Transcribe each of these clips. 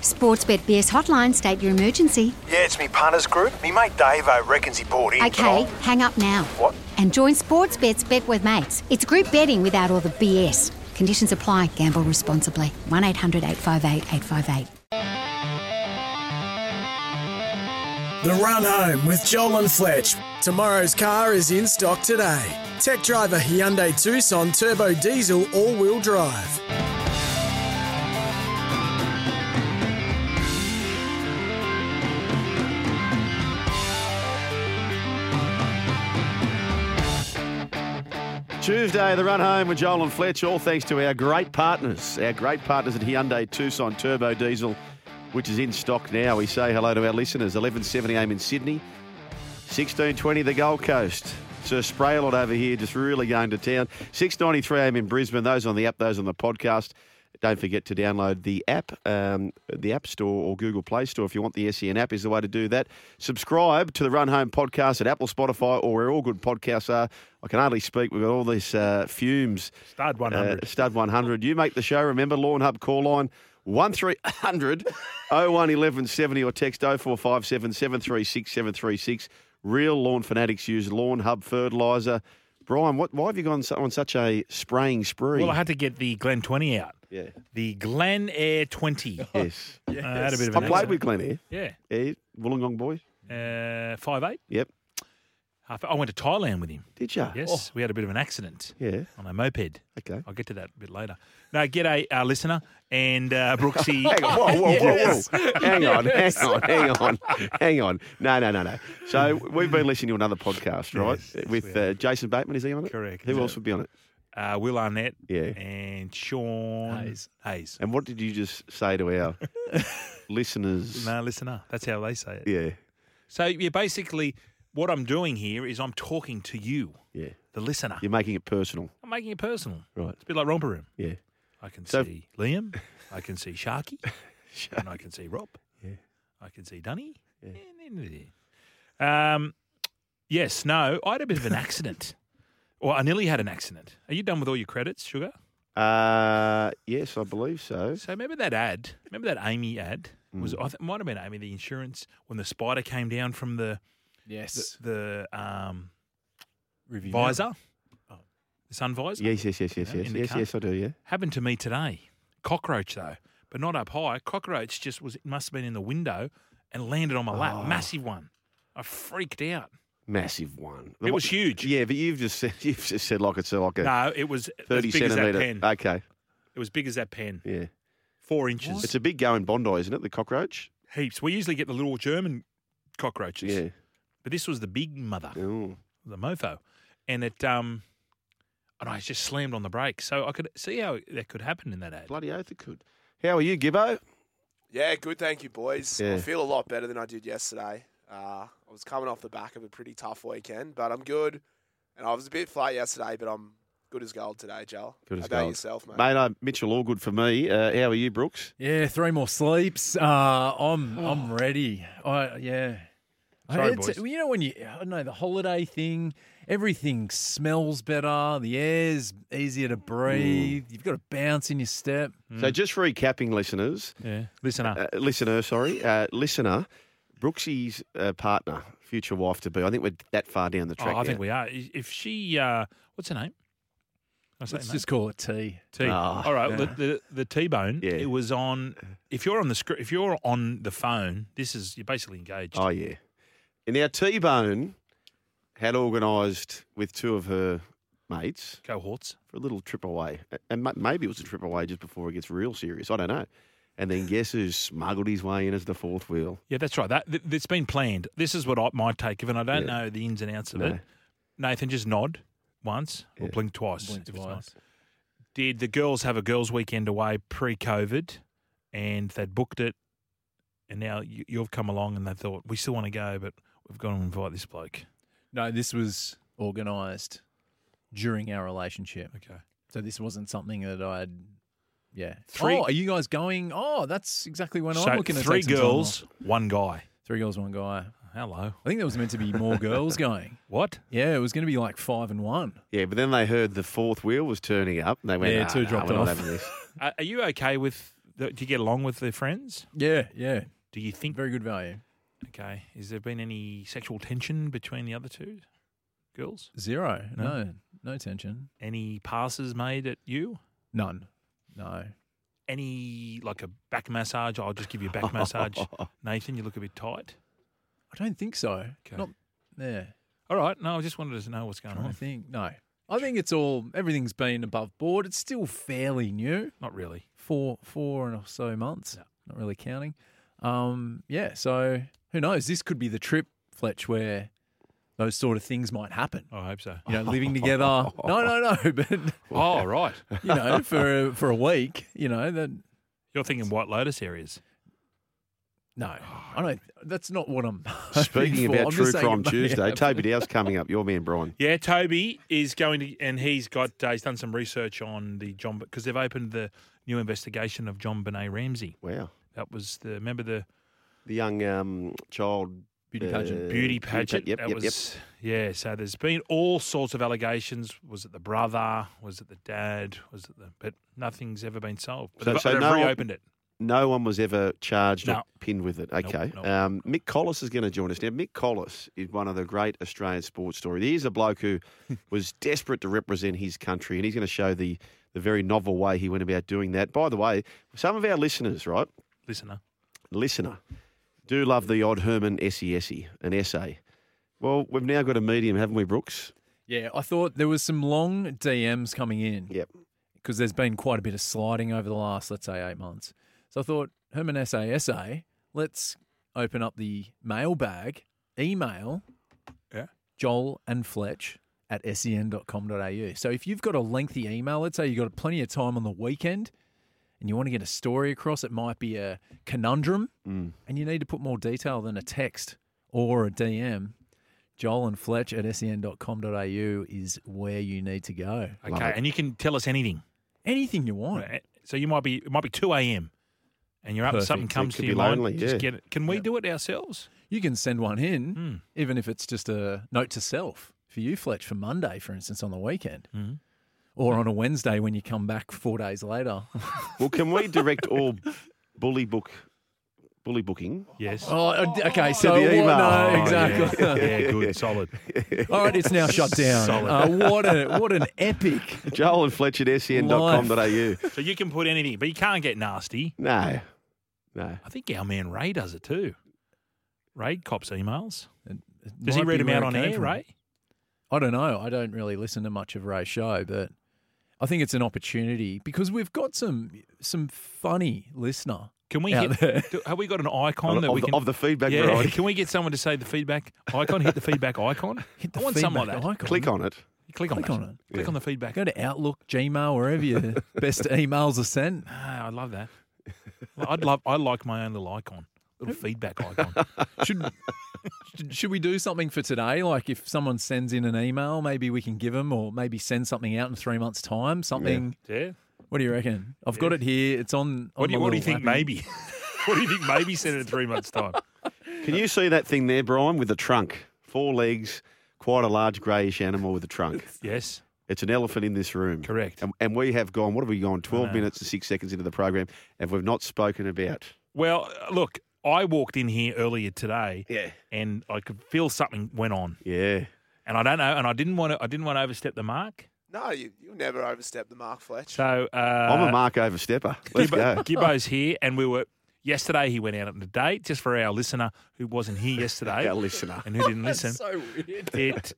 Sportsbet BS hotline, state your emergency. Yeah, it's me punters group. Me mate Davo reckons he bought in. Okay, hang up now. What? And join Sportsbet's Bet with Mates. It's group betting without all the BS. Conditions apply. Gamble responsibly. 1 800 858 858. The Run Home with Joel and Fletch. Tomorrow's car is in stock today. Tech driver Hyundai Tucson Turbo Diesel All Wheel Drive. Tuesday, the run home with Joel and Fletch, all thanks to our great partners, our great partners at Hyundai Tucson Turbo Diesel, which is in stock now. We say hello to our listeners, 11.70am in Sydney, 16.20 the Gold Coast. Sir Spraylord over here just really going to town. 6.93am in Brisbane, those on the app, those on the podcast. Don't forget to download the app, um, the App Store or Google Play Store if you want. The SEN app is the way to do that. Subscribe to the Run Home podcast at Apple, Spotify, or where all good podcasts are. I can hardly speak. We've got all these uh, fumes. Stud 100. Uh, Stud 100. You make the show. Remember, Lawn Hub call line 1300 01 1170 or text 0457 736 736. Real lawn fanatics use Lawn Hub fertiliser. Brian, what, why have you gone so- on such a spraying spree? Well, I had to get the Glen 20 out. Yeah. The Glen Air 20. Yes. Uh, I had a bit of I an played with accident. Glenn here. Yeah, Wollongong boy. Yeah. Uh, five eight. Yep. Half, I went to Thailand with him. Did you? Yes. We had a bit of an accident Oh. Yeah. on a moped. Okay. I'll get to that a bit later. No, get a uh, listener and uh, Brooksy. Hang on, whoa, whoa, Yes. whoa, whoa. Hang on, hang on, hang on, hang on. No, no, no, no. So we've been listening to another podcast, right? Yes, yes, we With uh, Jason Bateman, is he on it? Correct. Who else would be on it? Uh, Will Arnett. Yeah. And Sean Hayes. Hayes. And what did you just say to our listeners? No, listener. That's how they say it. Yeah, So, yeah, basically, what I'm doing here is I'm talking to you, yeah. the listener. You're making it personal, I'm making it personal. right? It's a bit like Romper Room. Yeah. I can So- see Liam. I can see Sharky. and I can see Rob. Yeah. I can see Dunny. Yeah. Um, yes, no, I had a bit of an accident. Well, I nearly had an accident. Are you done with all your credits, Sugar? Uh, yes, I believe so. So remember that ad? Remember that Amy ad? Mm. Was I th- it might have been Amy the insurance when the spider came down from the Yes. the, the um, Review now. visor, Oh. the sun visor. Yes, yes, yes, yes, know, yes, in the yes, car. yes. I do. Yeah. Happened to me today. Cockroach though, but not up high. Cockroach just was it must have been in the window and landed on my Oh. lap. Massive one. I freaked out. Massive one. It was huge. Yeah, but you've just said you've just said like it's a, like a No, it was thirty as big as that centimeter. Uh, pen. Okay. It was big as that pen. Yeah. Four inches. It's a big go in Bondi, isn't it? The cockroach. Heaps. We usually get the little German cockroaches. Yeah. But this was the big mother, Ooh. the mofo. And it um and I just slammed on the brake. So I could see how that could happen in that ad. Bloody oath it could. How are you, Gibbo? Yeah, good. Thank you, boys. Yeah. I feel a lot better than I did yesterday. Uh, I was coming off the back of a pretty tough weekend, but I'm good. And I was a bit flat yesterday, but I'm good as gold today, Joel. Good How as about gold. yourself, mate? Mate, I'm Mitchell Allgood for me. Uh, how are you, Brooks? Yeah, three more sleeps. Uh, I'm I'm ready. I yeah. Oh. I- Sorry, it's- boys. You know when you I don't know the holiday thing, everything smells better. The air's easier to breathe. You've got a bounce in your step. So just recapping, listeners, Mm. Yeah. Listen up. uh, listener, sorry, uh, listener, Brooksy's uh, partner, future wife to be. I think we're that far down the Oh, track. I think now. we are. If she uh what's her name? I say Let's her name? just call it tea. T. Ah. All right, the, the the T-bone. Yeah. It was on. If you're on the script, if you're on the phone, this is you're basically engaged. Oh yeah. And now T Bone had organised with two of her mates Cohorts. for a little trip away, and ma- maybe it was a trip away just before it gets real serious. I don't know. And then guess who smuggled his way in as the fourth wheel? Yeah, that's right. That th- it's been planned. This is what I, my take of, it, and I don't Yeah. know the ins and outs of No. it. Nathan, just nod once or Yeah. blink twice. Blink if it's not. twice. Did the girls have a girls' weekend away pre-COVID, and they'd booked it, and now you, you've come along and they thought we still want to go, but we've got to invite this bloke. No, this was organised during our relationship. Okay. So this wasn't something that I'd. Yeah. Three- Oh, are you guys going? Oh, that's exactly when so I'm looking at three girls, one guy. three girls, one guy. Hello. I think there was meant to be more girls going. What? Yeah, it was going to be like five and one. Yeah, but then they heard the fourth wheel was turning up, and they went, Yeah, "Ah, two nah, dropped we're off." Not having this. Are are you okay with? The, do you get along with their friends? Yeah, yeah, Do you think? very good value. Okay. Has there been any sexual tension between the other two girls? Zero. No. No, no tension. Any passes made at you? None. No. Any like a back massage? I'll just give you a back massage. Nathan, you look a bit tight. I don't think so. Okay. Oh. Not there. All right. No, I just wanted to know what's going I don't on. think. No. I think it's all everything's been above board. It's still fairly new. Not really. Four four and or so months. Not really counting. Um, yeah, so who knows? This could be the trip, Fletch, where those sort of things might happen. I hope so. You know, living together. No, no, no, but Oh, right. you know, for for a week, you know, that You're thinking White Lotus areas. no. I don't that's not what I'm Speaking hoping for. about I'm just True saying it Crime may Tuesday, happen. Toby Dow's coming up. Your man Brian. Yeah, Toby is going to, and he's got uh, he's done some research on the John because they've opened the new investigation of John Benet Ramsey. Wow, That was the remember the the young um, child Beauty uh, pageant. beauty pageant. pa- Yep, that yep, yep. was yeah. So there's been all sorts of allegations. Was it the brother? Was it the dad? Was it the but nothing's ever been solved. But So- they've, so they've no one- reopened it. No one was ever charged No. or pinned with it. Okay. nope. Um, Mick Collis is going to join us now. Mick Collis is one of the great Australian sports stories. He's a bloke who was desperate to represent his country, and he's going to show the, the very novel way he went about doing that. By the way, some of our listeners, right, Listener, listener, do love the odd Herman SESE, E, an essay. Well, we've now got a medium, haven't we, Brooks? Yeah, I thought there was some long DMs coming in. Yep. because there's been quite a bit of sliding over the last, let's say, eight months. So I thought, Herman SASA, let's open up the mailbag, email Yeah. Joel and Fletch at E sen.com.au. So if you've got a lengthy email, let's say you've got plenty of time on the weekend and you want to get a story across, it might be a conundrum and you need to put more detail than a text or a DM. Joel and Fletch at E sen.com.au is where you need to go. okay, and you can tell us anything. Anything you want. Right. So you might be it might be two a.m. and you're up and something Perfect. comes It to could your be mind. lonely, Just yeah. get it. Can we do it ourselves? You can send one in, Hmm. even if it's just a note to self for you, Fletch, for Monday, for instance, on the weekend, Hmm. or on a Wednesday when you come back four days later. Well, can we direct all bully book, bully booking? Yes. oh, okay. So the what- email. no, Oh, exactly. Yeah. Yeah, good, solid. All right, it's now shut down. Uh, Solid. what a what an epic. Joel and Fletch at E sen.com.au. So you can put anything, but you can't get nasty. No, no. I think our man Ray does it too. Ray cops emails. It Does he might read be them where out it on came air, from. Ray? I don't know. I don't really listen to much of Ray's show, but I think it's an opportunity because we've got some some funny listener. Can we Out hit? do- Have we got an icon Of, that of we the, can? of the feedback yeah. variety. Can we get someone to say the feedback icon? Hit the feedback icon. Hit The I want something like feedback that. icon. Click on it. Click on Click that. on it. Click on the feedback. Go to Outlook, Gmail, wherever your best emails are sent. Ah, I love that. Well, I'd love. I like my own little icon, little feedback icon. Should should we do something for today? Like if someone sends in an email, maybe we can give them, or maybe send something out in three months' time. Something. Yeah. What do you reckon? I've got it here. It's on. What on do you my What do you little think? lappy. Maybe. what do you think? Maybe send it in three months' time. Can you see that thing there, Brian, with the trunk? Four legs, quite a large greyish animal with a trunk. Yes. It's an elephant in this room. Correct. And, and we have gone, what have we gone, 12 know. minutes and six seconds into the program, and we've not spoken about. Well, look, I walked in here earlier today. Yeah. And I could feel something went on, Yeah. and I don't know, and I didn't want to. I didn't want to overstep the mark. No, you, you'll never overstep the mark, Fletch. So uh, I'm a mark overstepper. Let's Gibbo, go. Gibbo's here, and we were yesterday. He went out on a date just for our listener who wasn't here yesterday. Our listener. and who didn't listen. So weird. it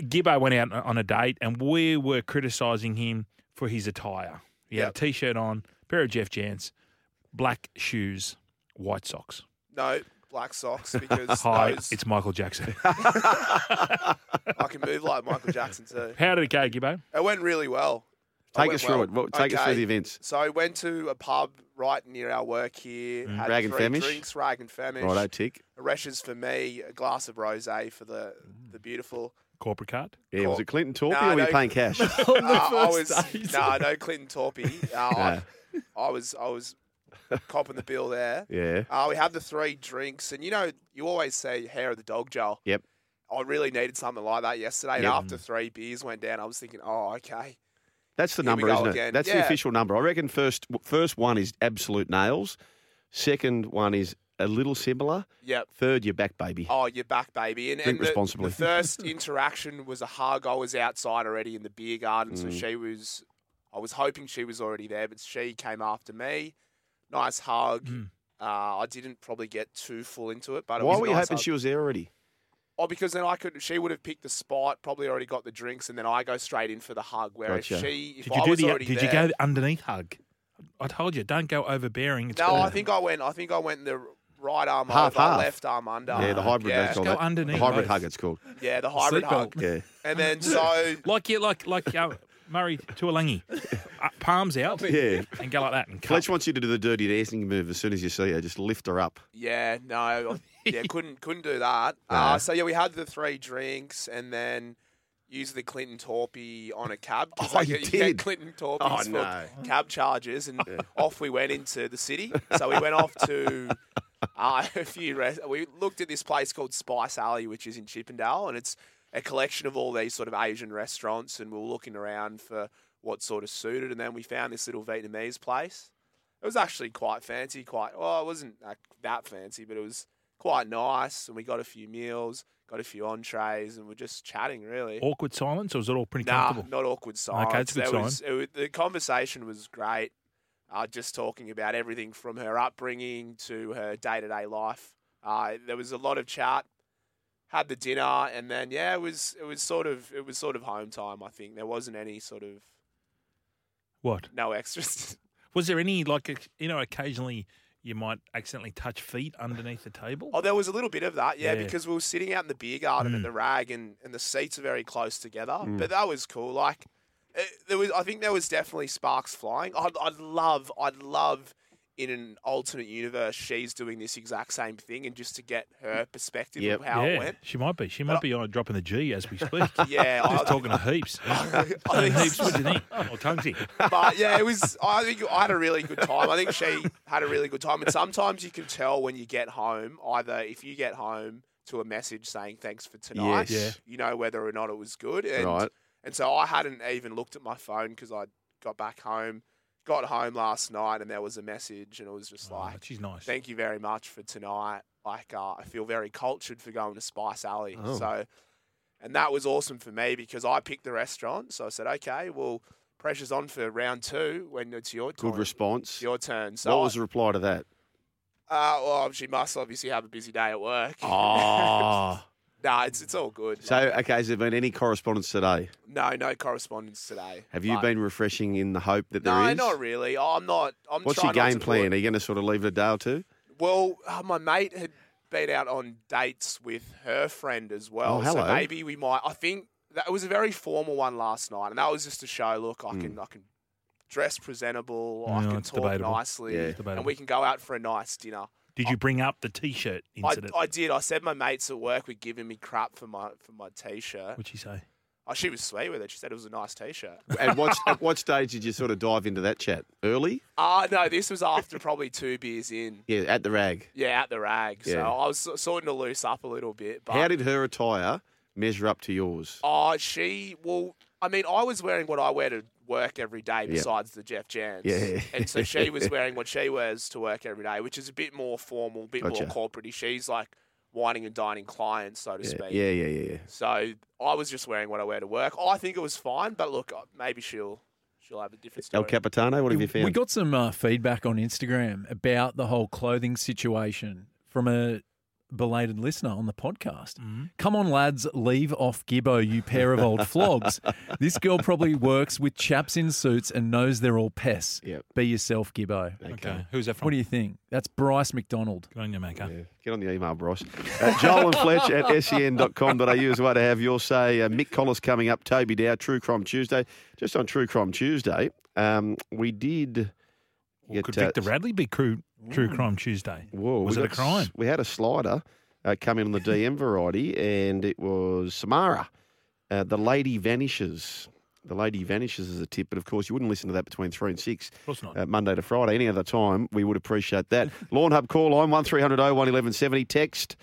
Gibbo went out on a date, and we were criticising him for his attire. He had Yep. a t-shirt on, pair of Jeff Jans, black shoes, white socks. no, black socks because Hi, those, it's Michael Jackson. I can move like Michael Jackson too. How did it go, Gibbo? It went really well. I Take went us through well. it. What- Take us through Okay. the events. So I went to a pub right near our work here. Had Rag and three Famish? drinks, rag and famish. Righto, tick. A Resh's for me, a glass of rosé for the the beautiful. Corporate card. Yeah, was it Clinton Torpy Nah, or were you no. paying cash? Uh, I was no, no Clinton Torpy. Uh, I, I was I was copping the bill there. yeah. Uh, we have the three drinks, and you know you always say hair of the dog, Joel. Yep. I really needed something like that yesterday. And Yep. after three beers went down, I was thinking, oh, okay. That's the Here we number, go isn't it? again. That's the Yeah. official number. I reckon first first one is absolute nails. Second one is a little similar. Yep. Third, you're back, baby. Oh, you're back, baby. And, Drink and the- responsibly. The first interaction was a hug. I was outside already in the beer garden, so Mm. she was. I was hoping she was already there, but she came after me. Nice hug. Uh, I didn't probably get too full into it, but it Mm. Why was a were you nice hoping hug. she was there already? Oh, because then I could. She would have picked the spot, probably already got the drinks, and then I go straight in for the hug. Whereas Gotcha. she, if Did I you do was the? already Did there, you go underneath hug? I told you, don't go overbearing. It's No, I bad. think I went. I think I went the right arm Half, over, half. left arm under. yeah, the hybrid. Yeah, they call go that. underneath The hybrid both. hug. It's called. yeah, the hybrid hug. Seatbelt. Yeah. And then so like you, like like uh, Murray Tuolangi, uh, palms out, Yeah. and go like that. And Fletch cut. wants you to do the dirty dancing move as soon as you see her. Just lift her up. Yeah, no, yeah, couldn't couldn't do that. Uh, so yeah, we had the three drinks and then used the Clinton Torpy on a cab. 'cause Oh, they you get- get did? Clinton Torpy Oh, for no. cab charges, and off we went into the city. So we went off to uh, a few. Rest- we looked at this place called Spice Alley, which is in Chippendale, and it's a collection of all these sort of Asian restaurants. And we were looking around for what sort of suited, and then we found this little Vietnamese place. It was actually quite fancy, quite well, it wasn't like, that fancy, but it was quite nice. And we got a few meals, got a few entrees, and we're just chatting really. Awkward silence, or is it all pretty Nah, comfortable? not awkward silence. it's a good There was- it was- the conversation was great. Uh, just talking about everything from her upbringing to her day to day life. Uh, there was a lot of chat. Had the dinner, and then yeah, it was it was sort of it was sort of home time. I think there wasn't any sort of What no extras. was there any like you know? Occasionally, you might accidentally touch feet underneath the table. Oh, there was a little bit of that, yeah, Yeah. because we were sitting out in the beer garden at the rag, and, and the seats are very close together. But that was cool. Like, eh, there was, I think there was definitely sparks flying. I'd, I'd love, I'd love in an alternate universe, she's doing this exact same thing, and just to get her perspective Yep. of how yeah, it went. she might be. She might I- be on dropping the G as we speak. Yeah, I, Just talking to heaps. I think heaps. What do you think? Oh, Or Tonesy. but yeah, it was. I think I had a really good time. I think she had a really good time. And sometimes you can tell when you get home, either if you get home to a message saying thanks for tonight, Yes. you know whether or not it was good. And, Right. And so I hadn't even looked at my phone because I got back home, got home last night, and there was a message, and it was just Oh, like, she's nice. "Thank you very much for tonight." Like uh, I feel very cultured for going to Spice Alley. Oh. So, and that was awesome for me because I picked the restaurant. So I said, "Okay, well, pressure's on for round two when it's your Good time. It's response. your turn." So What was I- the reply to that? uh, well, she must obviously have a busy day at work. Oh. Ah. nah, it's it's all good. so, Like, okay, has there been any correspondence today? no, no correspondence today. Have you But- been refreshing in the hope that there No, is? not really. I'm not. I'm What's your trying not to game put- plan? Are you going to sort of leave it a day or two? Well, uh, my mate had been out on dates with her friend as well. Oh, So hello. maybe we might. I think that it was a very formal one last night, and that was just to show. Look, I Mm. can, I can dress presentable. I No, can it's talk debatable. nicely, Yeah. It's and debatable. we can go out for a nice dinner. Did you bring up the T-shirt I, incident? I did. I said my mates at work were giving me crap for my for my t-shirt. What'd she say? Oh, she was sweet with it. She said it was a nice t-shirt. At what, at what stage did you sort of dive into that chat? Early? Ah, no, this was after probably two beers in. Yeah, at the rag. Yeah, at the rag. So Yeah. I was s- sorting to loose up a little bit. But How did her attire measure up to yours? Oh, she. Well, I mean, I was wearing what I wear to work every day, besides the Jeff Jans. Yeah. And so she was wearing what she wears to work every day, which is a bit more formal, a bit Gotcha. more corporate. She's like whining and dining clients, so to Yeah, speak. yeah, yeah, yeah. yeah. So I was just wearing what I wear to work. I think it was fine, but look, uh, maybe she'll she'll have a different El story. Capitano, what have you found? We got some uh, feedback on Instagram about the whole clothing situation from a belated listener on the podcast. Come on, lads, leave off Gibbo, you pair of old flogs. This girl probably works with chaps in suits and knows they're all pests. Yep. Be yourself, Gibbo. Okay. Who's that from? What do you think? That's Bryce McDonald. Good on you, Maker. Yeah. Get on the email, Bryce. Uh, Joel and Fletch at E sen.com.au is a way to have your say. Uh, Mick Collis coming up, Toby Dow, True Crime Tuesday. Just on True Crime Tuesday, um, we did. Well, could get, uh, Victor Radley be True, true Crime Tuesday? Whoa, Was we it a got s- crime? We had a slider uh, come in on the DM variety, and it was Samara. Uh, the lady vanishes. The lady vanishes as a tip, but of course you wouldn't listen to that between three and six. Of course not. Uh, Monday to Friday, any other time, we would appreciate that. Lawn Hub call line one 1170 Text.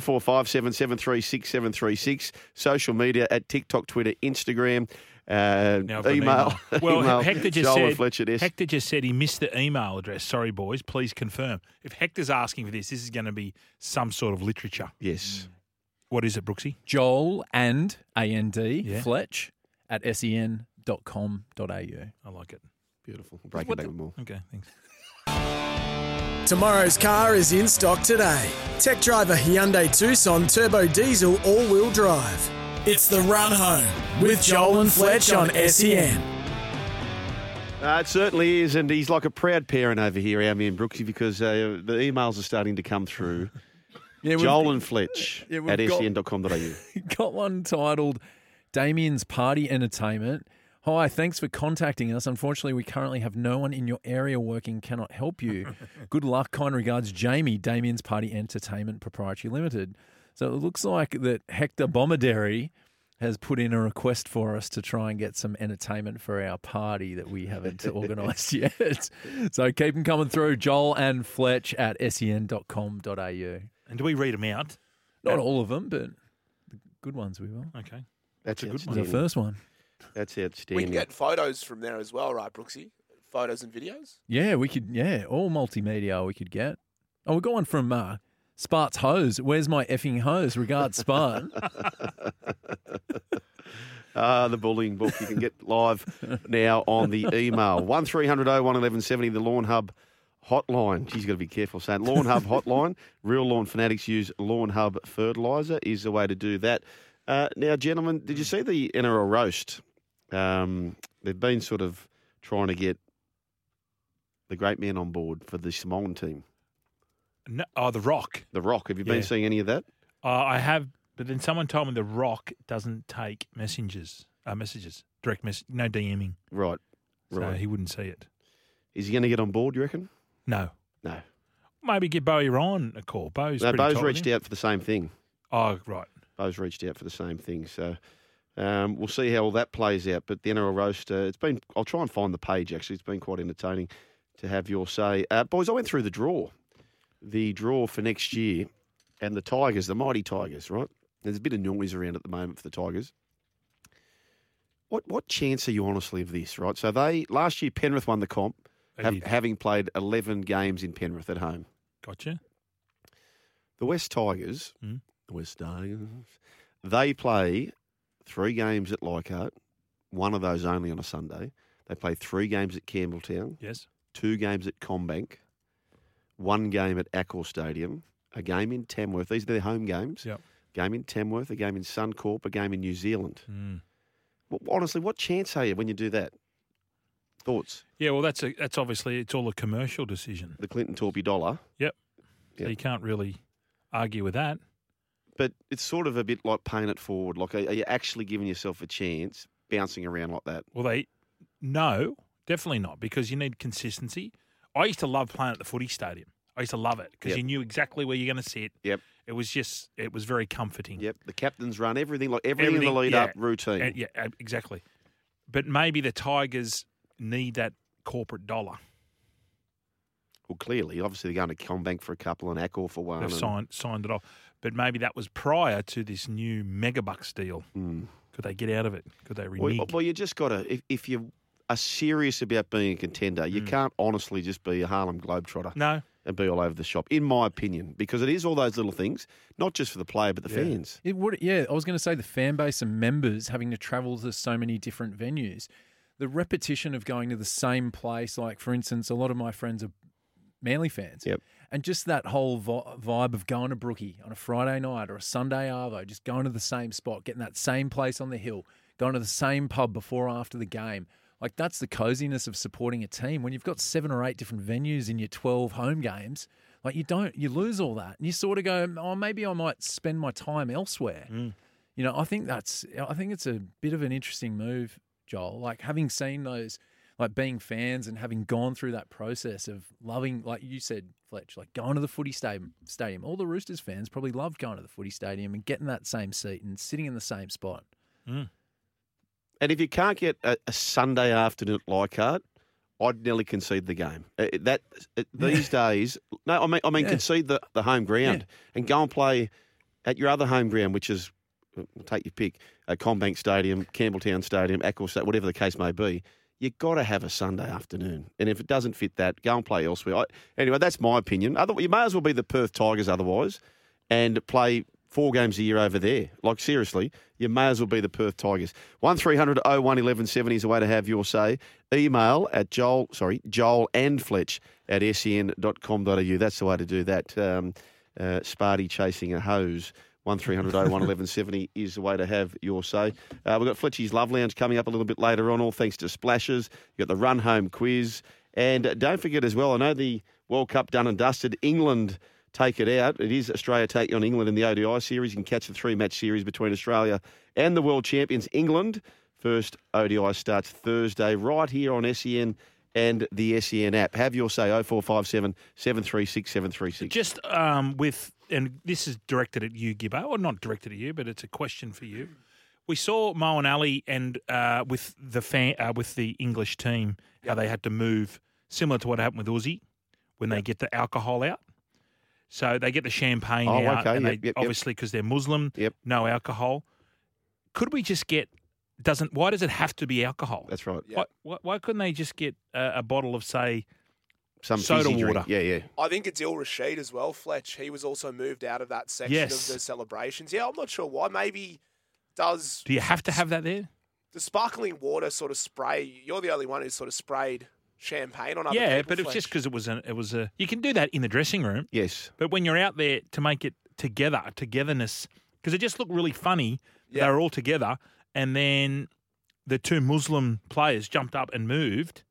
0457736736. Social media at TikTok, Twitter, Instagram, uh, Now for an email. Well, email, Hector just Joel and said Fletcher, yes. Hector just said he missed the email address. Sorry, boys. Please confirm. If Hector's asking for this, this is going to be some sort of literature. yes. What is it, Brooksy? Joel and AND Fletch at E sen.com.au. I like it. Beautiful. We'll break Hmm. What it back the- with more. Okay, thanks. Tomorrow's car is in stock today. Tech driver Hyundai Tucson Turbo Diesel All Wheel Drive. It's the run home with Joel and Fletch on E SEN. Uh, it certainly is, and he's like a proud parent over here, our man Brooksy, because uh, the emails are starting to come through. Yeah, we've Joel and Fletch Yeah, we've at E got- sen.com.au. got one titled Damien's Party Entertainment. Hi, thanks for contacting us. Unfortunately, we currently have no one in your area working, cannot help you. Good luck. Kind regards, Jamie, Damien's Party Entertainment Proprietary Limited. So it looks like that Hector Bombardieri has put in a request for us to try and get some entertainment for our party that we haven't organised yet. So keep them coming through, Joel and Fletch at E sen.com.au. And do we read them out? Not all of them, but the good ones we will. Okay. That's a good The first one. That's We outstanding. can get photos from there as well, right, Brooksy? Photos and videos. Yeah, we could. Yeah, all multimedia we could get. Oh, we got one from uh, Spart's hose. Where's my effing hose? Regards, Spart. Ah, the bullying book. You can get live now on the email. 1300 01 1170, the Lawn Hub hotline. She's got to be careful saying Lawn Hub hotline. Real lawn fanatics use Lawn Hub fertiliser is the way to do that. Uh, now, gentlemen, did you see the NRL roast? Um, they've been sort of trying to get the great man on board for the Samoan team, No, oh, The Rock. The Rock. Have you been Yeah. seeing any of that? Uh, I have, but then someone told me The Rock doesn't take messengers, uh, messages, direct message, no DMing. Right, So right. he wouldn't see it. Is he going to get on board? You reckon? No. No. Maybe give Bowie Ryan a call. Bo's no, pretty Bo's tight with reached him. out for the same thing. Oh, right. Bo's reached out for the same thing. So um, we'll see how all that plays out. But the NRL roast, uh, it's been. I'll try and find the page. Actually, it's been quite entertaining to have your say, uh, boys. I went through the draw, the draw for next year, and the Tigers, the mighty Tigers. Right, there's a bit of noise around at the moment for the Tigers. What what chance are you honestly of this? Right, so they last year Penrith won the comp, They hav- did. having played eleven games in Penrith at home. Gotcha. The West Tigers, Mm. the West Tigers, they play three games at Leichhardt, one of those only on a Sunday. They play three games at Campbelltown, Yes. two games at Combank, one game at Accor Stadium, a game in Tamworth. These are their home games. Yep. Game in Tamworth, a game in Suncorp, a game in New Zealand. Mm. Wh- Honestly, what chance are you when you do that? Thoughts? Yeah, well, that's a, that's obviously it's all a commercial decision. The Clinton Torpy dollar. So Yeah. you can't really argue with that. but it's sort of a bit like paying it forward. Like, are, are you actually giving yourself a chance bouncing around like that? Well, they no, definitely not because you need consistency. I used to love playing at the footy stadium. I used to love it because Yep. you knew exactly where you're going to sit. Yep. It was just it was very comforting. Yep. The captain's run, everything, like everything, in the lead Everything, up routine. Uh, yeah, uh, exactly. But maybe the Tigers need that corporate dollar. Well, clearly, obviously, they're going to Combank for a couple and Accor for one. They've and- signed signed it off. But maybe that was prior to this new megabucks deal. Mm. Could they get out of it? Could they renege? Well, well, you just got to, if, if you are serious about being a contender, you can't honestly just be a Harlem Globetrotter Mm. no. and be all over the shop, in my opinion, because it is all those little things, not just for the player, but the fans. It would. Yeah, I was going to say the fan base and members having to travel to so many different venues, the repetition of going to the same place. Like for instance, a lot of my friends are Manly fans. Yep. And just that whole vi- vibe of going to Brookie on a Friday night or a Sunday arvo, just going to the same spot, getting that same place on the hill, going to the same pub before or after the game. Like that's the coziness of supporting a team. When you've got seven or eight different venues in your 12 home games, like you don't, you lose all that. And you sort of go, oh, maybe I might spend my time elsewhere. You know, I think that's, I think it's a bit of an interesting move, Joel. Like having seen those, like being fans and having gone through that process of loving, like you said, Fletch, like going to the footy stadium, stadium. All the Roosters fans probably loved going to the footy stadium and getting that same seat and sitting in the same spot. And if you can't get a, a Sunday afternoon at Leichhardt, I'd nearly concede the game. Uh, that uh, these days, no, I mean, I mean, Yeah. concede the, the home ground and go and play at your other home ground, which is uh, take your pick, uh, Combank Stadium, Campbelltown Stadium, Accor Stadium, whatever the case may be. You got to have a Sunday afternoon, and if it doesn't fit that, go and play elsewhere. I, anyway, that's my opinion. Other, you may as well be the Perth Tigers otherwise, and play four games a year over there. Like seriously, you may as well be the Perth Tigers. One 1170 is a way to have your say. Email at Joel, sorry, Joel and Fletch at E sen.com.au. That's the way to do that. Um, uh, Sparty chasing a hose. One 1170 is the way to have your say. Uh, we've got Fletchy's Love Lounge coming up a little bit later on, all thanks to Splashes. You've got the Run Home Quiz. And uh, don't forget as well, I know the World Cup done and dusted. England take it out. It is Australia taking on England in the ODI series. You can catch the three match series between Australia and the world champions England. First ODI starts Thursday right here on SEN and the SEN app. Have your say 0457 736 736. Just um, with, and this is directed at you, Gibbo, or not directed at you, but it's a question for you. We saw Mo and Ali, and uh, with the fan, uh, with the English team, how they had to move, similar to what happened with Aussie, when they get the alcohol out. So they get the champagne Oh, out, okay. and Yep, they, yep, yep. obviously because they're Muslim, Yep. no alcohol. Could we just get? Doesn't why does it have to be alcohol? That's right. Why, why, why couldn't they just get a, a bottle of say? Some Soda fizzy drink. water. Yeah, yeah. I think it's Il Rashid as well, Fletch. He was also moved out of that section Yes. of the celebrations. Yeah, I'm not sure why. Maybe does Do you have to have that there? the sparkling water sort of spray? You're the only one who sort of sprayed champagne on other yeah, people, but it's Fletch. just because it was an, it was a. You can do that in the dressing room, Yes. but when you're out there to make it together, togetherness, because it just looked really funny. Yeah. They were all together, and then the two Muslim players jumped up and moved,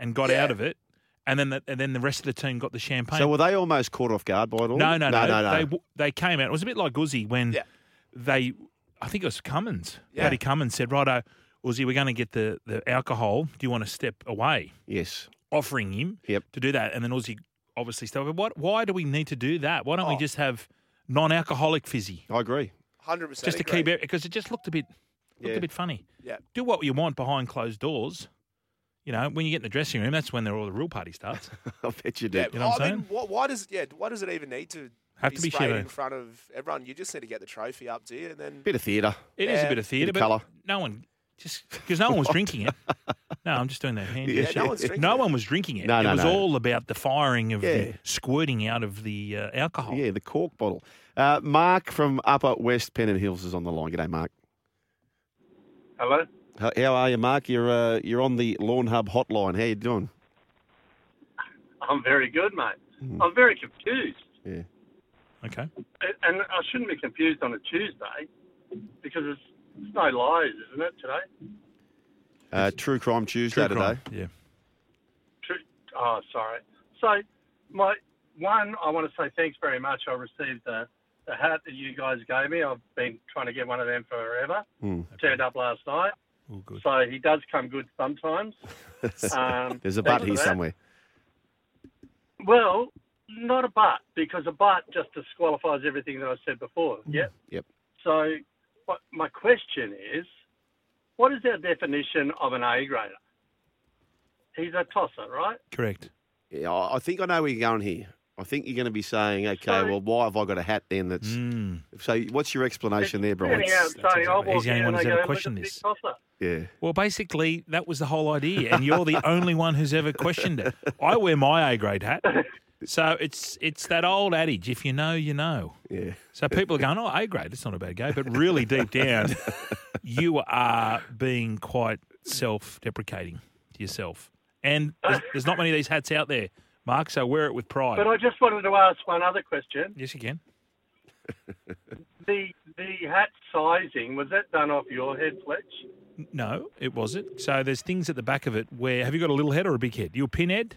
and got Yeah. out of it, and then the, and then the rest of the team got the champagne. So were they almost caught off guard by it all? no, no, no, no, no. They w- they came out. It was a bit like Uzi when Yeah. they. I think it was Cummins. Yeah. Paddy Cummins said, "Righto, Uzi, we're going to get the the alcohol. Do you want to step away?" yes. offering him Yep. to do that, and then Aussie obviously stuff. But what? Why do we need to do that? Why don't Oh. we just have non-alcoholic fizzy I agree. 100% just to agree. keep it? Because it just looked a bit looked Yeah. a bit funny. Yeah. Do what you want behind closed doors. You know, when you get in the dressing room, that's when the- all the real party starts. I bet you Yeah, did. You know what I I'm mean, why, why does yeah? Why does it even need to Have to be sprayed shadow. in front of everyone? You just need to get the trophy up, do you? And then Bit of theatre. It is a bit of theatre, Bit but of colour. no one just because no one was drinking it. No, I'm just doing that hand. Yeah, gesture. no one's drinking No it. one was drinking it. No, it no, was no. all about the firing of Yeah. the squirting out of the uh, alcohol. Yeah, the cork bottle. Uh, Mark from Upper West Pennant Hills is on the line. G'day, Mark. Hello. How, how are you, Mark? You're uh, you're on the Lawn Hub hotline. How you doing? I'm very good, mate. Hmm. I'm very confused. Yeah. Uh, Okay. A- And I shouldn't be confused on a Tuesday because it's, it's no lies, isn't it, today? Uh, True Crime Tuesday True today. crime. Yeah. True. Oh, sorry. So, my one, I want to say thanks very much. I received the, the hat that you guys gave me. I've been trying to get one of them forever. Turned up last night. All good. So, he does come good sometimes. Um, There's a thanks butt for here that. somewhere. Well, not a but, because a but just disqualifies everything that I said before. Yeah. Mm. Yep. So, but my question is, what is our definition of an A grader? He's a tosser, right? Correct. Yeah, I I think I know where you're going here. I think you're going to be saying, okay, So- well, why have I got a hat then? That's so. What's your explanation there, Brian? Standing out that's saying, I exactly- he's walk the only in one and who's they ever go, "Look questioned at this this." tosser. Yeah, Well, basically, that was the whole idea, and you're the only one who's ever questioned it. I wear my A grade hat, so it's it's that old adage: if you know, you know. yeah. So people are going, "Oh, A grade, it's not a bad go," but really deep down, you are being quite self-deprecating to yourself. And there's, there's not many of these hats out there Mark. So wear it with pride. But I just wanted to ask one other question. yes, you can. The the hat sizing was that done off your head, Fletch? No, it wasn't. So there's things at the back of it where have you got a little head or a big head? You a pin head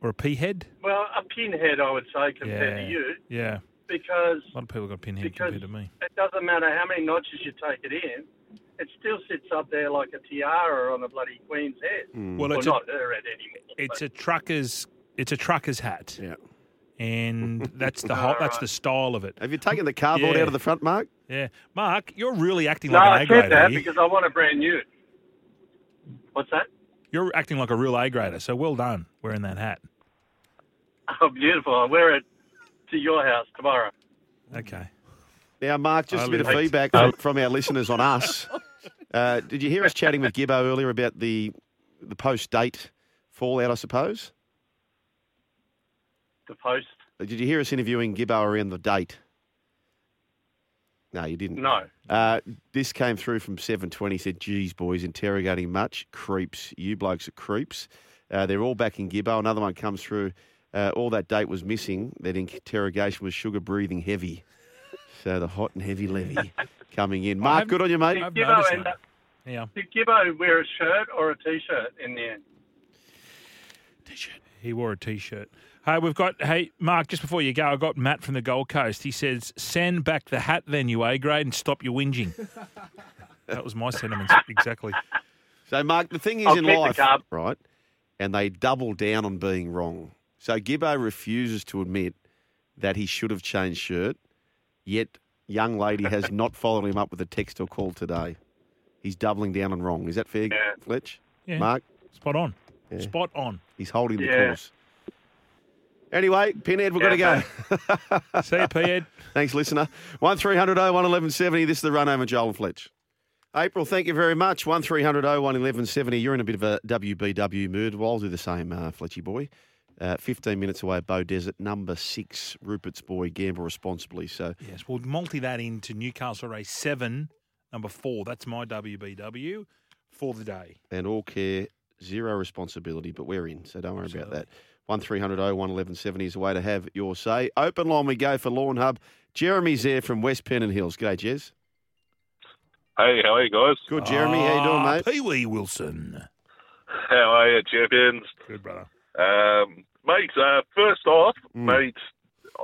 or a pea head? Well, a pinhead, I would say, compared yeah, to you, yeah. because A lot of people got a pin head because compared to me. it doesn't matter how many notches you take it in, it still sits up there like a tiara on a bloody queen's head. Hmm. Well, Well, it's a, not her head anymore. Hmm. it's a trucker's it's a trucker's hat, Yeah. and that's the whole, that's the style of it. Have you taken the cardboard Yeah. out of the front, Mark? Yeah, Mark, you're really acting but- no, like I an A said that grader. here. because I want a brand new. What's that? You're acting like a real A grader. So well done wearing that hat. Oh, beautiful! I wear it to your house tomorrow. Okay. Now, Mark, just a bit of Only- feedback from, from our listeners on us. Uh, did you hear us chatting with Gibbo earlier about the the post date fallout? I suppose. The post? Did you hear us interviewing Gibbo around the date? No, you didn't. No. Uh, this came through from 720. Said, geez, boys, interrogating much. Creeps. You blokes are creeps. Uh, they're all back in Gibbo. Another one comes through. Uh, all that date was missing. That interrogation was sugar breathing heavy. So the hot and heavy levy coming in. Mark, haven't- good on you, mate. I've Did noticed Gibbo end that. up? Yeah. Did Gibbo wear a shirt or a t-shirt in the end? He wore a t-shirt. Hey, we've got hey Mark. Just before you go, I got Matt from the Gold Coast. He says, "Send back the hat, then you A grade, and stop your whinging." that was my sentiments exactly. So, Mark, the thing is I'll in keep the life, card. right? And they double down on being wrong. So, Gibbo refuses to admit that he should have changed shirt, yet, young lady has not followed him up with a text or call today. He's doubling down on wrong. Is that fair, Yeah. Fletch? Yeah. Mark, Spot on. Spot on. he's holding the Yeah. course. Anyway, Pinhead, we've got Yeah, to go. See you, P. Ed. Thanks, listener. 1300 01 1170. This is the run home with Joel and Fletch. April, thank you very much. 1300 01 1170. You're in a bit of a WBW mood. Well, I'll do the same, uh, Fletchy boy. Uh, 15 minutes away at Bow Desert, number six, Rupert's boy. Gamble responsibly. So, Yes, we'll multi that into Newcastle race seven, number four. That's my WBW for the day. and all care, zero responsibility, but we're in. So don't worry about that. 1300 01 1170 is the way to have your say. Open line we go for Lawn Hub. Jeremy's there from West Pennant Hills. G'day, Jez. Hey, how are you guys? Good, Jeremy. How you doing, Ah, mate? Pee Wee Wilson. How are you, champions? Good brother. Um, mates, uh, first off, Mm. mates,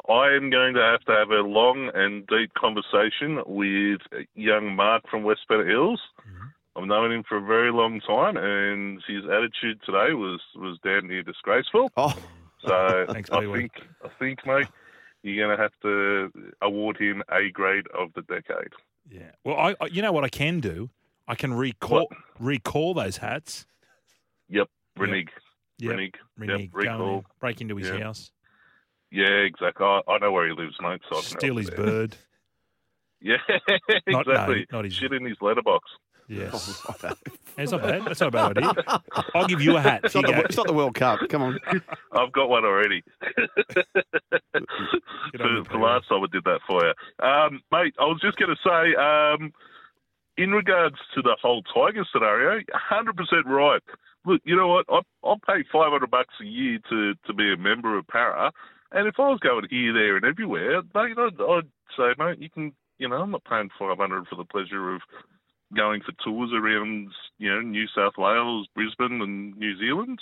I am going to have to have a long and deep conversation with young Mark from West Bennett Hills. Mm-hmm. I've known him for a very long time, and his attitude today was, was damn near disgraceful. Oh, So Thanks, I Pee-wee. think, I think, mate, you're going to have to award him a grade of the decade. Yeah. Well, I, I you know what I can do? I can recall recall those hats. Yep, Renig. Yep. Renig. Renee, Yep, go in, recall. break into his Yeah. house, Yeah, exactly. I, I know where he lives, mate. So I can steal help his there. bird. Yeah, Not- no, exactly. not his- Shit in his letterbox. Oh, Yes. That's not bad. That's not a bad idea. I'll give you a hat. it's, not the, it's not the World Cup. Come on. I've got one already. the, the last time I did that for you. Um, mate, I was just going to say, um, in regards to the whole Tiger scenario, 100% right. Look, you know what? I, I'll pay 500 bucks a year to, to be a member of Para. And if I was going here, there, and everywhere, mate, I'd, I'd say, mate, you can, you know, I'm not paying 500 for the pleasure of going for tours around, you know, New South Wales, Brisbane, and New Zealand.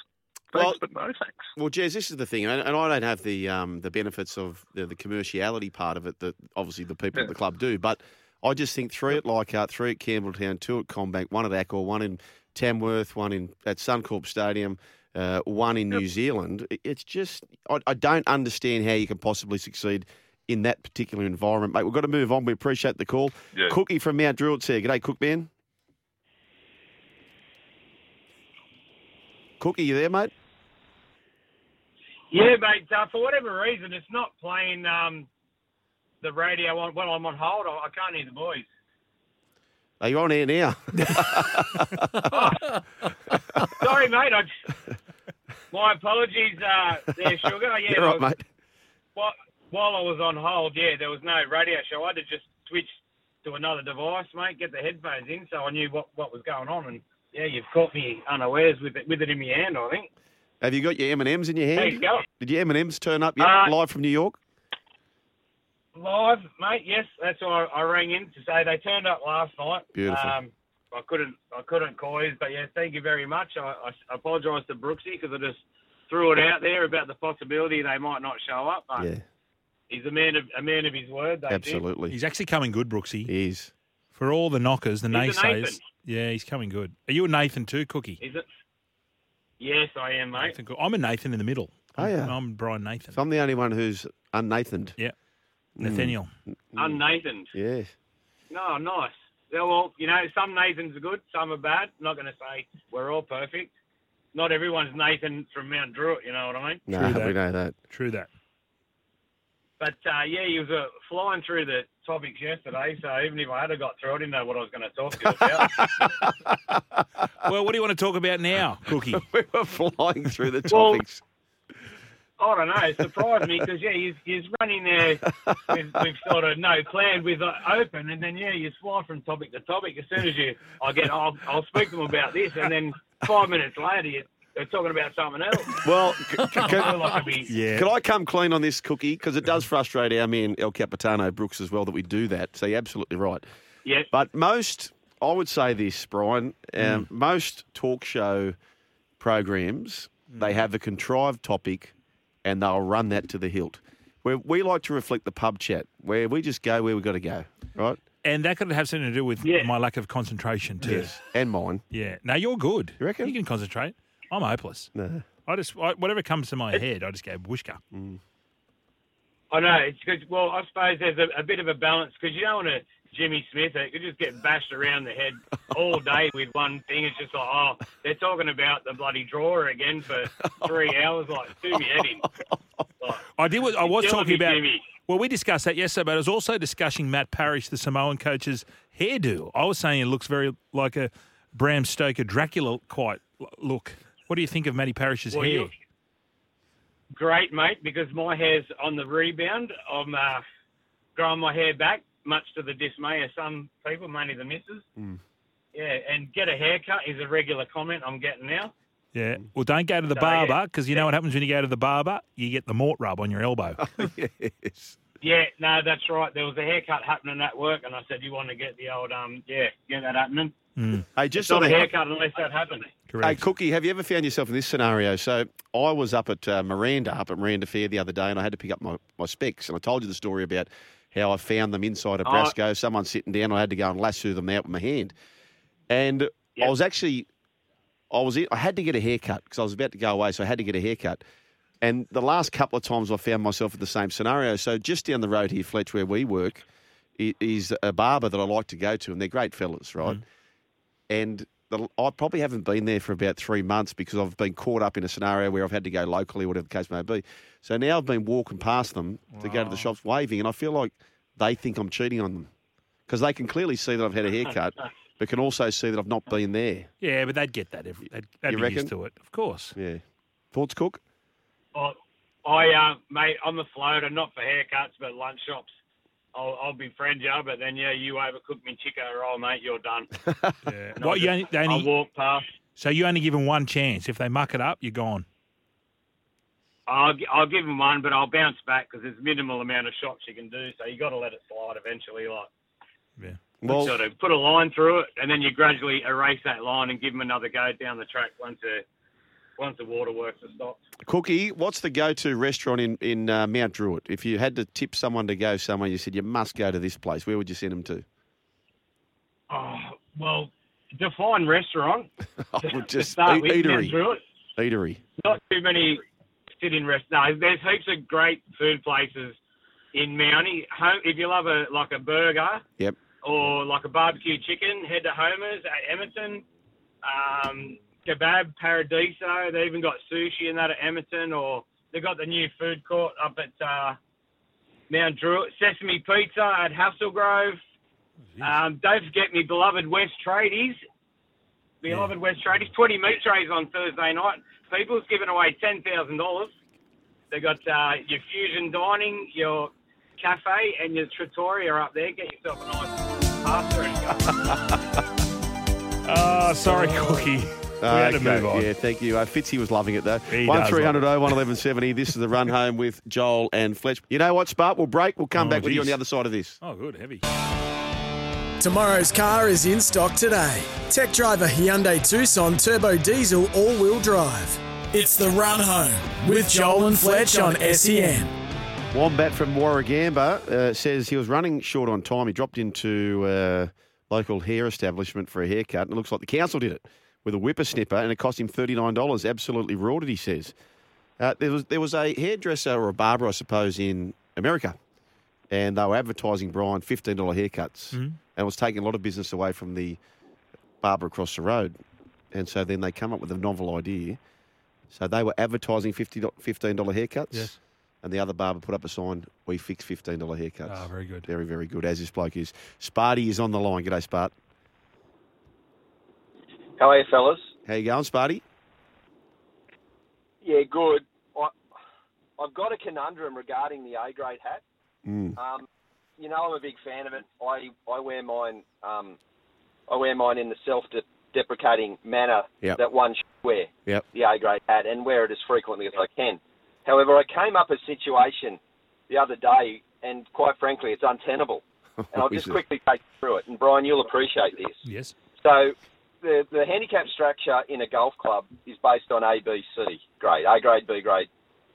Thanks, Well- but no thanks. Well, Jez, this is the thing, and and I don't have the um, the benefits of the, the commerciality part of it that obviously the people at the club do, but I just think three at Leichhardt, three at Campbelltown, two at Combank, one at Accor, one in Tamworth, one in at Suncorp Stadium, uh, one in New Zealand. It- It's just I, I don't understand how you can possibly succeed in that particular environment, mate. We've got to move on. We appreciate the call. Yeah. Cookie from Mount Druitt's here. G'day, Cook man. Cookie, you there, mate? Yeah, mate. Uh, for whatever reason, it's not playing um, the radio on, when I'm on hold. I, I can't hear the boys. Are you on air now? Sorry, mate. I just, my apologies uh, there, Sugar. Yeah, You're I right, was- mate. While, while I was on hold, yeah, there was no radio show. I had to just switch to another device, mate. Get the headphones in, so I knew what, what was going on. And yeah, you've caught me unawares with it with it in my hand. I think. Have you got your M and M's in your There you hand? go. Did your M and M's turn up yet? Uh, live from New York? Live, mate. Yes, that's why I, I rang in to say they turned up last night. Beautiful. Um, I couldn't, I couldn't call you, but yeah, thank you very much. I, I apologise to Brooksy because I just threw it out there about the possibility they might not show up. But Yeah, he's a man of a man of his word. They did. absolutely. He's actually coming good, Brooksy. He is. For all the knockers, the He's a naysayers. Nathan. Yeah, he's coming good. Are you a Nathan too, Cookie? Is it? Yes, I am, mate. Nathan Cook- I'm a Nathan in the middle. Oh, yeah. I'm, I'm Brian Nathan. So I'm the only one who's unnathaned. yeah. Mm. Nathaniel. I'm Nathan. Yeah. No, nice. Yeah, well, you know, some Nathans are good, some are bad. I'm not going to say we're all perfect. Not everyone's Nathan from Mount Druitt, you know what I mean? No, True that. we know that. True that. But uh, yeah, he was uh, flying through the topics yesterday, so even if I had have got through, I didn't know what I was going to talk to you about. Well, what do you want to talk about now, Cookie? We were flying through the Well- topics. I don't know. It surprised me because yeah, he's he's running there with, with sort of no plan with uh, open, and then yeah, you fly from topic to topic. As soon as you, I get, I'll, I'll speak to them about this, and then five minutes later, you, they're talking about something else. Well, c- c- I feel can, like I'd be Yeah. can I come clean on this cookie? Because it does frustrate our man El Capitano Brooks as well that we do that. So you're absolutely right. yeah. But most, I would say this, Brian. Um, Hmm. Most talk show programs Hmm. they have a contrived topic, and they'll run that to the hilt. Where we like to reflect the pub chat, where we just go where we got to go, right? And that could have something to do with Yeah. my lack of concentration too. And mine. Yeah. Now you're good. You reckon? You can concentrate. I'm hopeless. No. I just I, whatever comes to my head, I just go whooshka. I know. It's good. Well, I suppose there's a, a bit of a balance because you don't want to Jimmy Smith. It could just get bashed around the head all day with one thing. It's just like, oh, they're talking about the bloody drawer again for three hours. Like, do me head in. Like, I did. Was, I was You're talking killing me, about. Jimmy. Well, we discussed that yesterday, but I was also discussing Matt Parrish, the Samoan coach's hairdo. I was saying it looks very like a Bram Stoker Dracula quite l- look. What do you think of Matty Parrish's Well, hair? you- great, mate, because my hair's on the rebound. I'm uh, growing my hair back, much to the dismay of some people, mainly the missus. Yeah, and get a haircut is a regular comment I'm getting now. Yeah. Well, don't go to the No, yeah. barber because you know what happens when you go to the barber? You get the mort rub on your elbow. yes. Yeah, no, that's right. There was a haircut happening at work, and I said, "You want to get the old um, yeah, get that happening." Hey, just It's not on a a haircut unless that happens. Hey, Correct. Cookie, have you ever found yourself in this scenario? So I was up at uh, Miranda, up at Miranda Fair the other day, and I had to pick up my, my specs. And I told you the story about how I found them inside a Brasco. Someone sitting down, I had to go and lasso them out with my hand. And I Yep. was actually, I was, in, I had to get a haircut because I was about to go away, so I had to get a haircut. And the last couple of times I found myself in the same scenario. So just down the road here, Fletch, where we work, i- is a barber that I like to go to, and they're great fellas, right? and the, I probably haven't been there for about three months because I've been caught up in a scenario where I've had to go locally, whatever the case may be. So now I've been walking past them to go to the shops waving, and I feel like they think I'm cheating on them because they can clearly see that I've had a haircut, but can also see that I've not been there. Yeah, but they'd get that. Every, they'd they'd You be reckon? used to it, of course. Yeah. Thoughts, Cook? I, I uh, mate, I'm a floater, not for haircuts, but lunch shops. I'll, I'll befriend you, but then yeah, you overcook me chicken roll, mate. You're done. Yeah. What, you only, they I only, walk past. so you only give them one chance. If they muck it up, you're gone. I'll, gi- I'll give him one, but I'll bounce back because there's minimal amount of shots you can do, so you got to let it slide eventually. Like, Yeah. Well, sort of put a line through it, and then you gradually erase that line and give them another go down the track once the once the waterworks are stopped. Cookie, what's the go-to restaurant in in uh, Mount Druitt? If you had to tip someone to go somewhere, you said you must go to this place. Where would you send them to? Oh, well, define restaurant. I would to just start eat- with, Mount E-, eatery, Druitt. eatery. not too many sit-in rest. No, there's heaps of great food places in Mountie. Home, if you love a like a burger Yep. or like a barbecue chicken, head to Homer's at Emerton. Um, kebab Paradiso. They even got sushi in that at Emerton, or they got the new food court up at uh, Mount Druitt. Sesame Pizza at Hasselgrove. Um, don't forget me beloved West Tradies. Beloved West Tradies. 20 meat trays on Thursday night. People's giving away $10,000. They got uh, your fusion dining, your cafe, and your trattoria up there. Get yourself a nice pasta and Ah, sorry, Cookie. had to move on. Yeah, thank you. Uh, Fitzy was loving it though. He One does 1300 1170. This is the run home with Joel and Fletch. You know what, Spark? We'll break. We'll come Oh, back with you on geez. the other side of this. Oh, good, heavy. Tomorrow's car is in stock today. Tech driver Hyundai Tucson Turbo Diesel All Wheel Drive. It's the run home with Joel and Fletch on E SEN. Wombat from Warragamba uh, says he was running short on time. He dropped into uh, local hair establishment for a haircut, and it looks like the council did it with a whippersnipper, and it cost him thirty nine dollars. Absolutely roared it, he says. Uh, there was there was a hairdresser or a barber, I suppose, in America, and they were advertising Brian fifteen dollar haircuts, and it was taking a lot of business away from the barber across the road. And so then they come up with a novel idea. So they were advertising $50, $15 haircuts. Yes. And the other barber put up a sign, we fix $15 haircuts. Ah, very good. Very, very good, as this bloke is. Sparty is on the line. G'day, Spart. How are you, fellas? How you going, Sparty? Yeah, good. I, I've got a conundrum regarding the A grade hat. Mm. Um, you know, I'm a big fan of it. I, I wear mine. Um, I wear mine in the self-deprecating manner Yep. that one should wear Yep. the A grade hat and wear it as frequently as I can. However, I came up a situation the other day, and quite frankly, it's untenable. And I'll Is just it? quickly take you through it. And Brian, you'll appreciate this. Yes. So the the handicap structure in a golf club is based on A, B, C grade, A grade, B grade,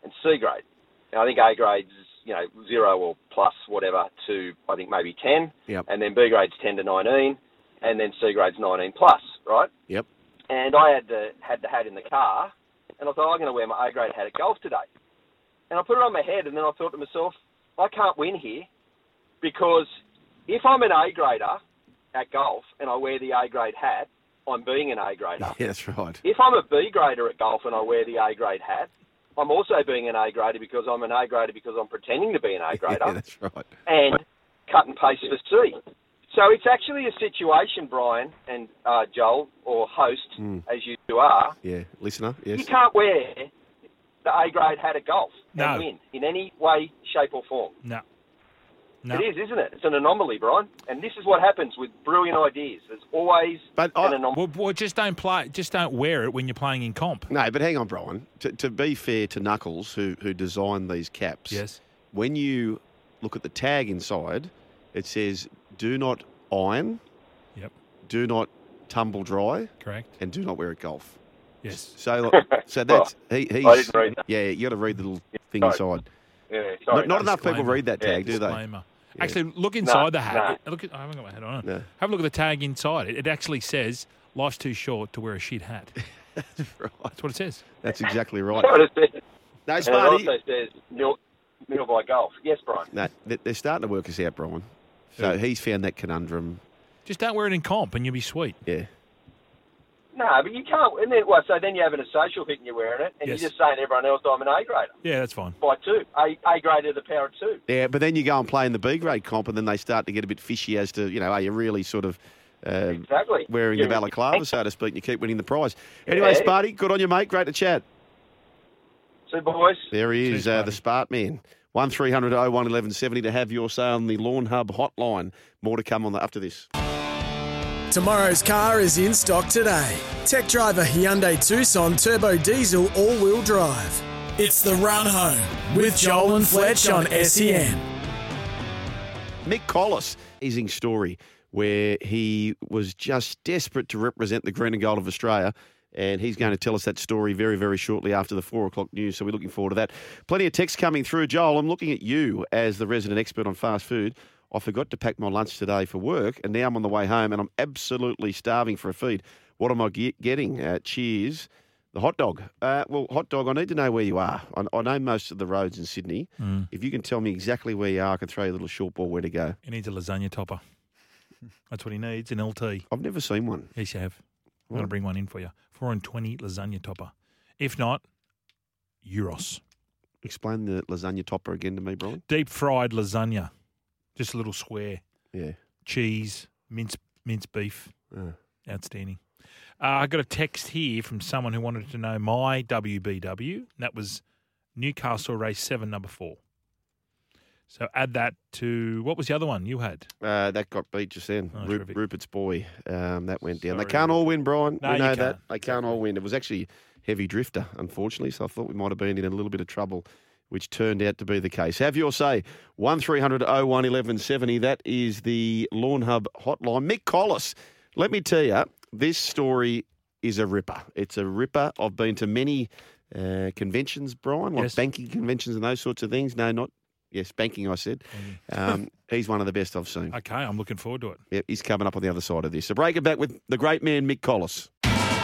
and C grade. And I think A grade's you know zero or plus whatever to I think maybe ten, Yep. and then B grade's ten to nineteen, and then C grade's nineteen plus, right? Yep. And I had the had the hat in the car, and I thought I'm going to wear my A grade hat at golf today, and I put it on my head, and then I thought to myself, I can't win here because if I'm an A grader at golf and I wear the A grade hat, I'm being an A grader. Yeah, that's right. If I'm a B grader at golf and I wear the A grade hat, I'm also being an A grader because I'm an A grader because I'm pretending to be an A grader Yeah, that's right. and cut and paste for C. So it's actually a situation, Brian and uh, Joel, or host, as you two are. Yeah, listener, You Hmm. yes. can't wear the A grade hat at golf No. and win in any way, shape, or form. No. No. It is, isn't it? It's an anomaly, Brian. And this is what happens with brilliant ideas. There's always But an I- anomaly. Well, well, just don't play. Just don't wear it when you're playing in comp. No, but hang on, Brian. To, to be fair to Knuckles, who, who designed these caps, Yes. when you look at the tag inside, it says, do not iron, Yep. do not tumble dry, Correct. and do not wear at golf. Yes. So, like, so that's he. He's, didn't read that. Yeah, you got to read the little thing Sorry. inside. Yeah, Not- sorry, not enough people Disclaimer. read that Yeah, tag, do they? Disclaimer. Actually, look inside the hat. nah. Look at, I haven't got my hat on. No. Have a look at the tag inside. It, it actually says, "Life's too short to wear a shit hat." That's Right. what it says. That's exactly right. That's what it says. No, And it also Smarty. says nil, nil by golf. Yes, Brian. No, they- they're starting to work us out, Brian. So he's found that conundrum. Just don't wear it in comp, and you'll be sweet. Yeah. No, but you can't. And then, well, so then you're having a social hit and you're wearing it, and Yes. you're just saying to everyone else, I'm an A grader Yeah, that's fine. by two. A, a grader to the power of two. Yeah, but then you go and play in the B grade comp, and then they start to get a bit fishy as to you know, are you really sort of uh, Exactly. wearing the You're- balaclava, so to speak? And you keep winning the prize. Anyway, Yeah. Sparty, good on you, mate. Great to chat. So, boys, There he is, Cheers, uh, Barney. the Spart Man. 1300 01 1170 to have your say on the Lawn Hub hotline. More to come on that after this. Tomorrow's car is in stock today. Tech driver Hyundai Tucson Turbo Diesel All Wheel Drive. It's the run home with Joel and Fletch on E SEN. Mick Collis, amazing story where he was just desperate to represent the green and gold of Australia. And he's going to tell us that story very, very shortly after the four o'clock news. So we're looking forward to that. Plenty of text coming through. Joel, I'm looking at you as the resident expert on fast food. I forgot to pack my lunch today for work, and now I'm on the way home and I'm absolutely starving for a feed. What am I ge- getting? Uh, cheers. The hot dog. Uh, well, hot dog, I need to know where you are. I, I know most of the roads in Sydney. If you can tell me exactly where you are, I can throw you a little short ball where to go. He needs a lasagna topper. That's what he needs. An LT. I've never seen one. Yes, you have. I'm going to bring one in for you. Four and twenty lasagna topper. If not, euros. Explain the lasagna topper again to me, Brian. Deep fried lasagna. Just a little square. Yeah. cheese, mince mince beef. Yeah. Outstanding. Uh, I got a text here from someone who wanted to know my WBW. That was Newcastle race seven, number four. So add that to what was the other one you had? Uh, that got beat just then. Ru- Rupert's boy. Um, that went down. Oh, Sorry, they can't all win, Brian. No, we you know can't. that. They can't all win. It was actually heavy drifter, unfortunately. So I thought we might have been in a little bit of trouble, which turned out to be the case. Have your say. 1300 01 1170. That is the Lawn Hub hotline. Mick Collis, let me tell you, this story is a ripper. It's a ripper. I've been to many uh, conventions, Brian, like banking conventions and those sorts of things. No, not. Yes, banking, I said. Mm-hmm. Um, he's one of the best I've seen. Okay, I'm looking forward to it. Yeah, he's coming up on the other side of this. So break it back with the great man, Mick Collis.